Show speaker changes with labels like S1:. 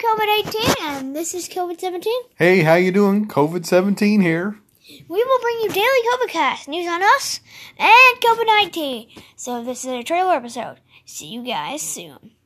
S1: COVID-18 and this is COVID-17.
S2: Hey, how you doing? COVID seventeen here.
S1: We will bring you daily COVIDcast news on us and COVID-19. So this is a trailer episode. See you guys soon.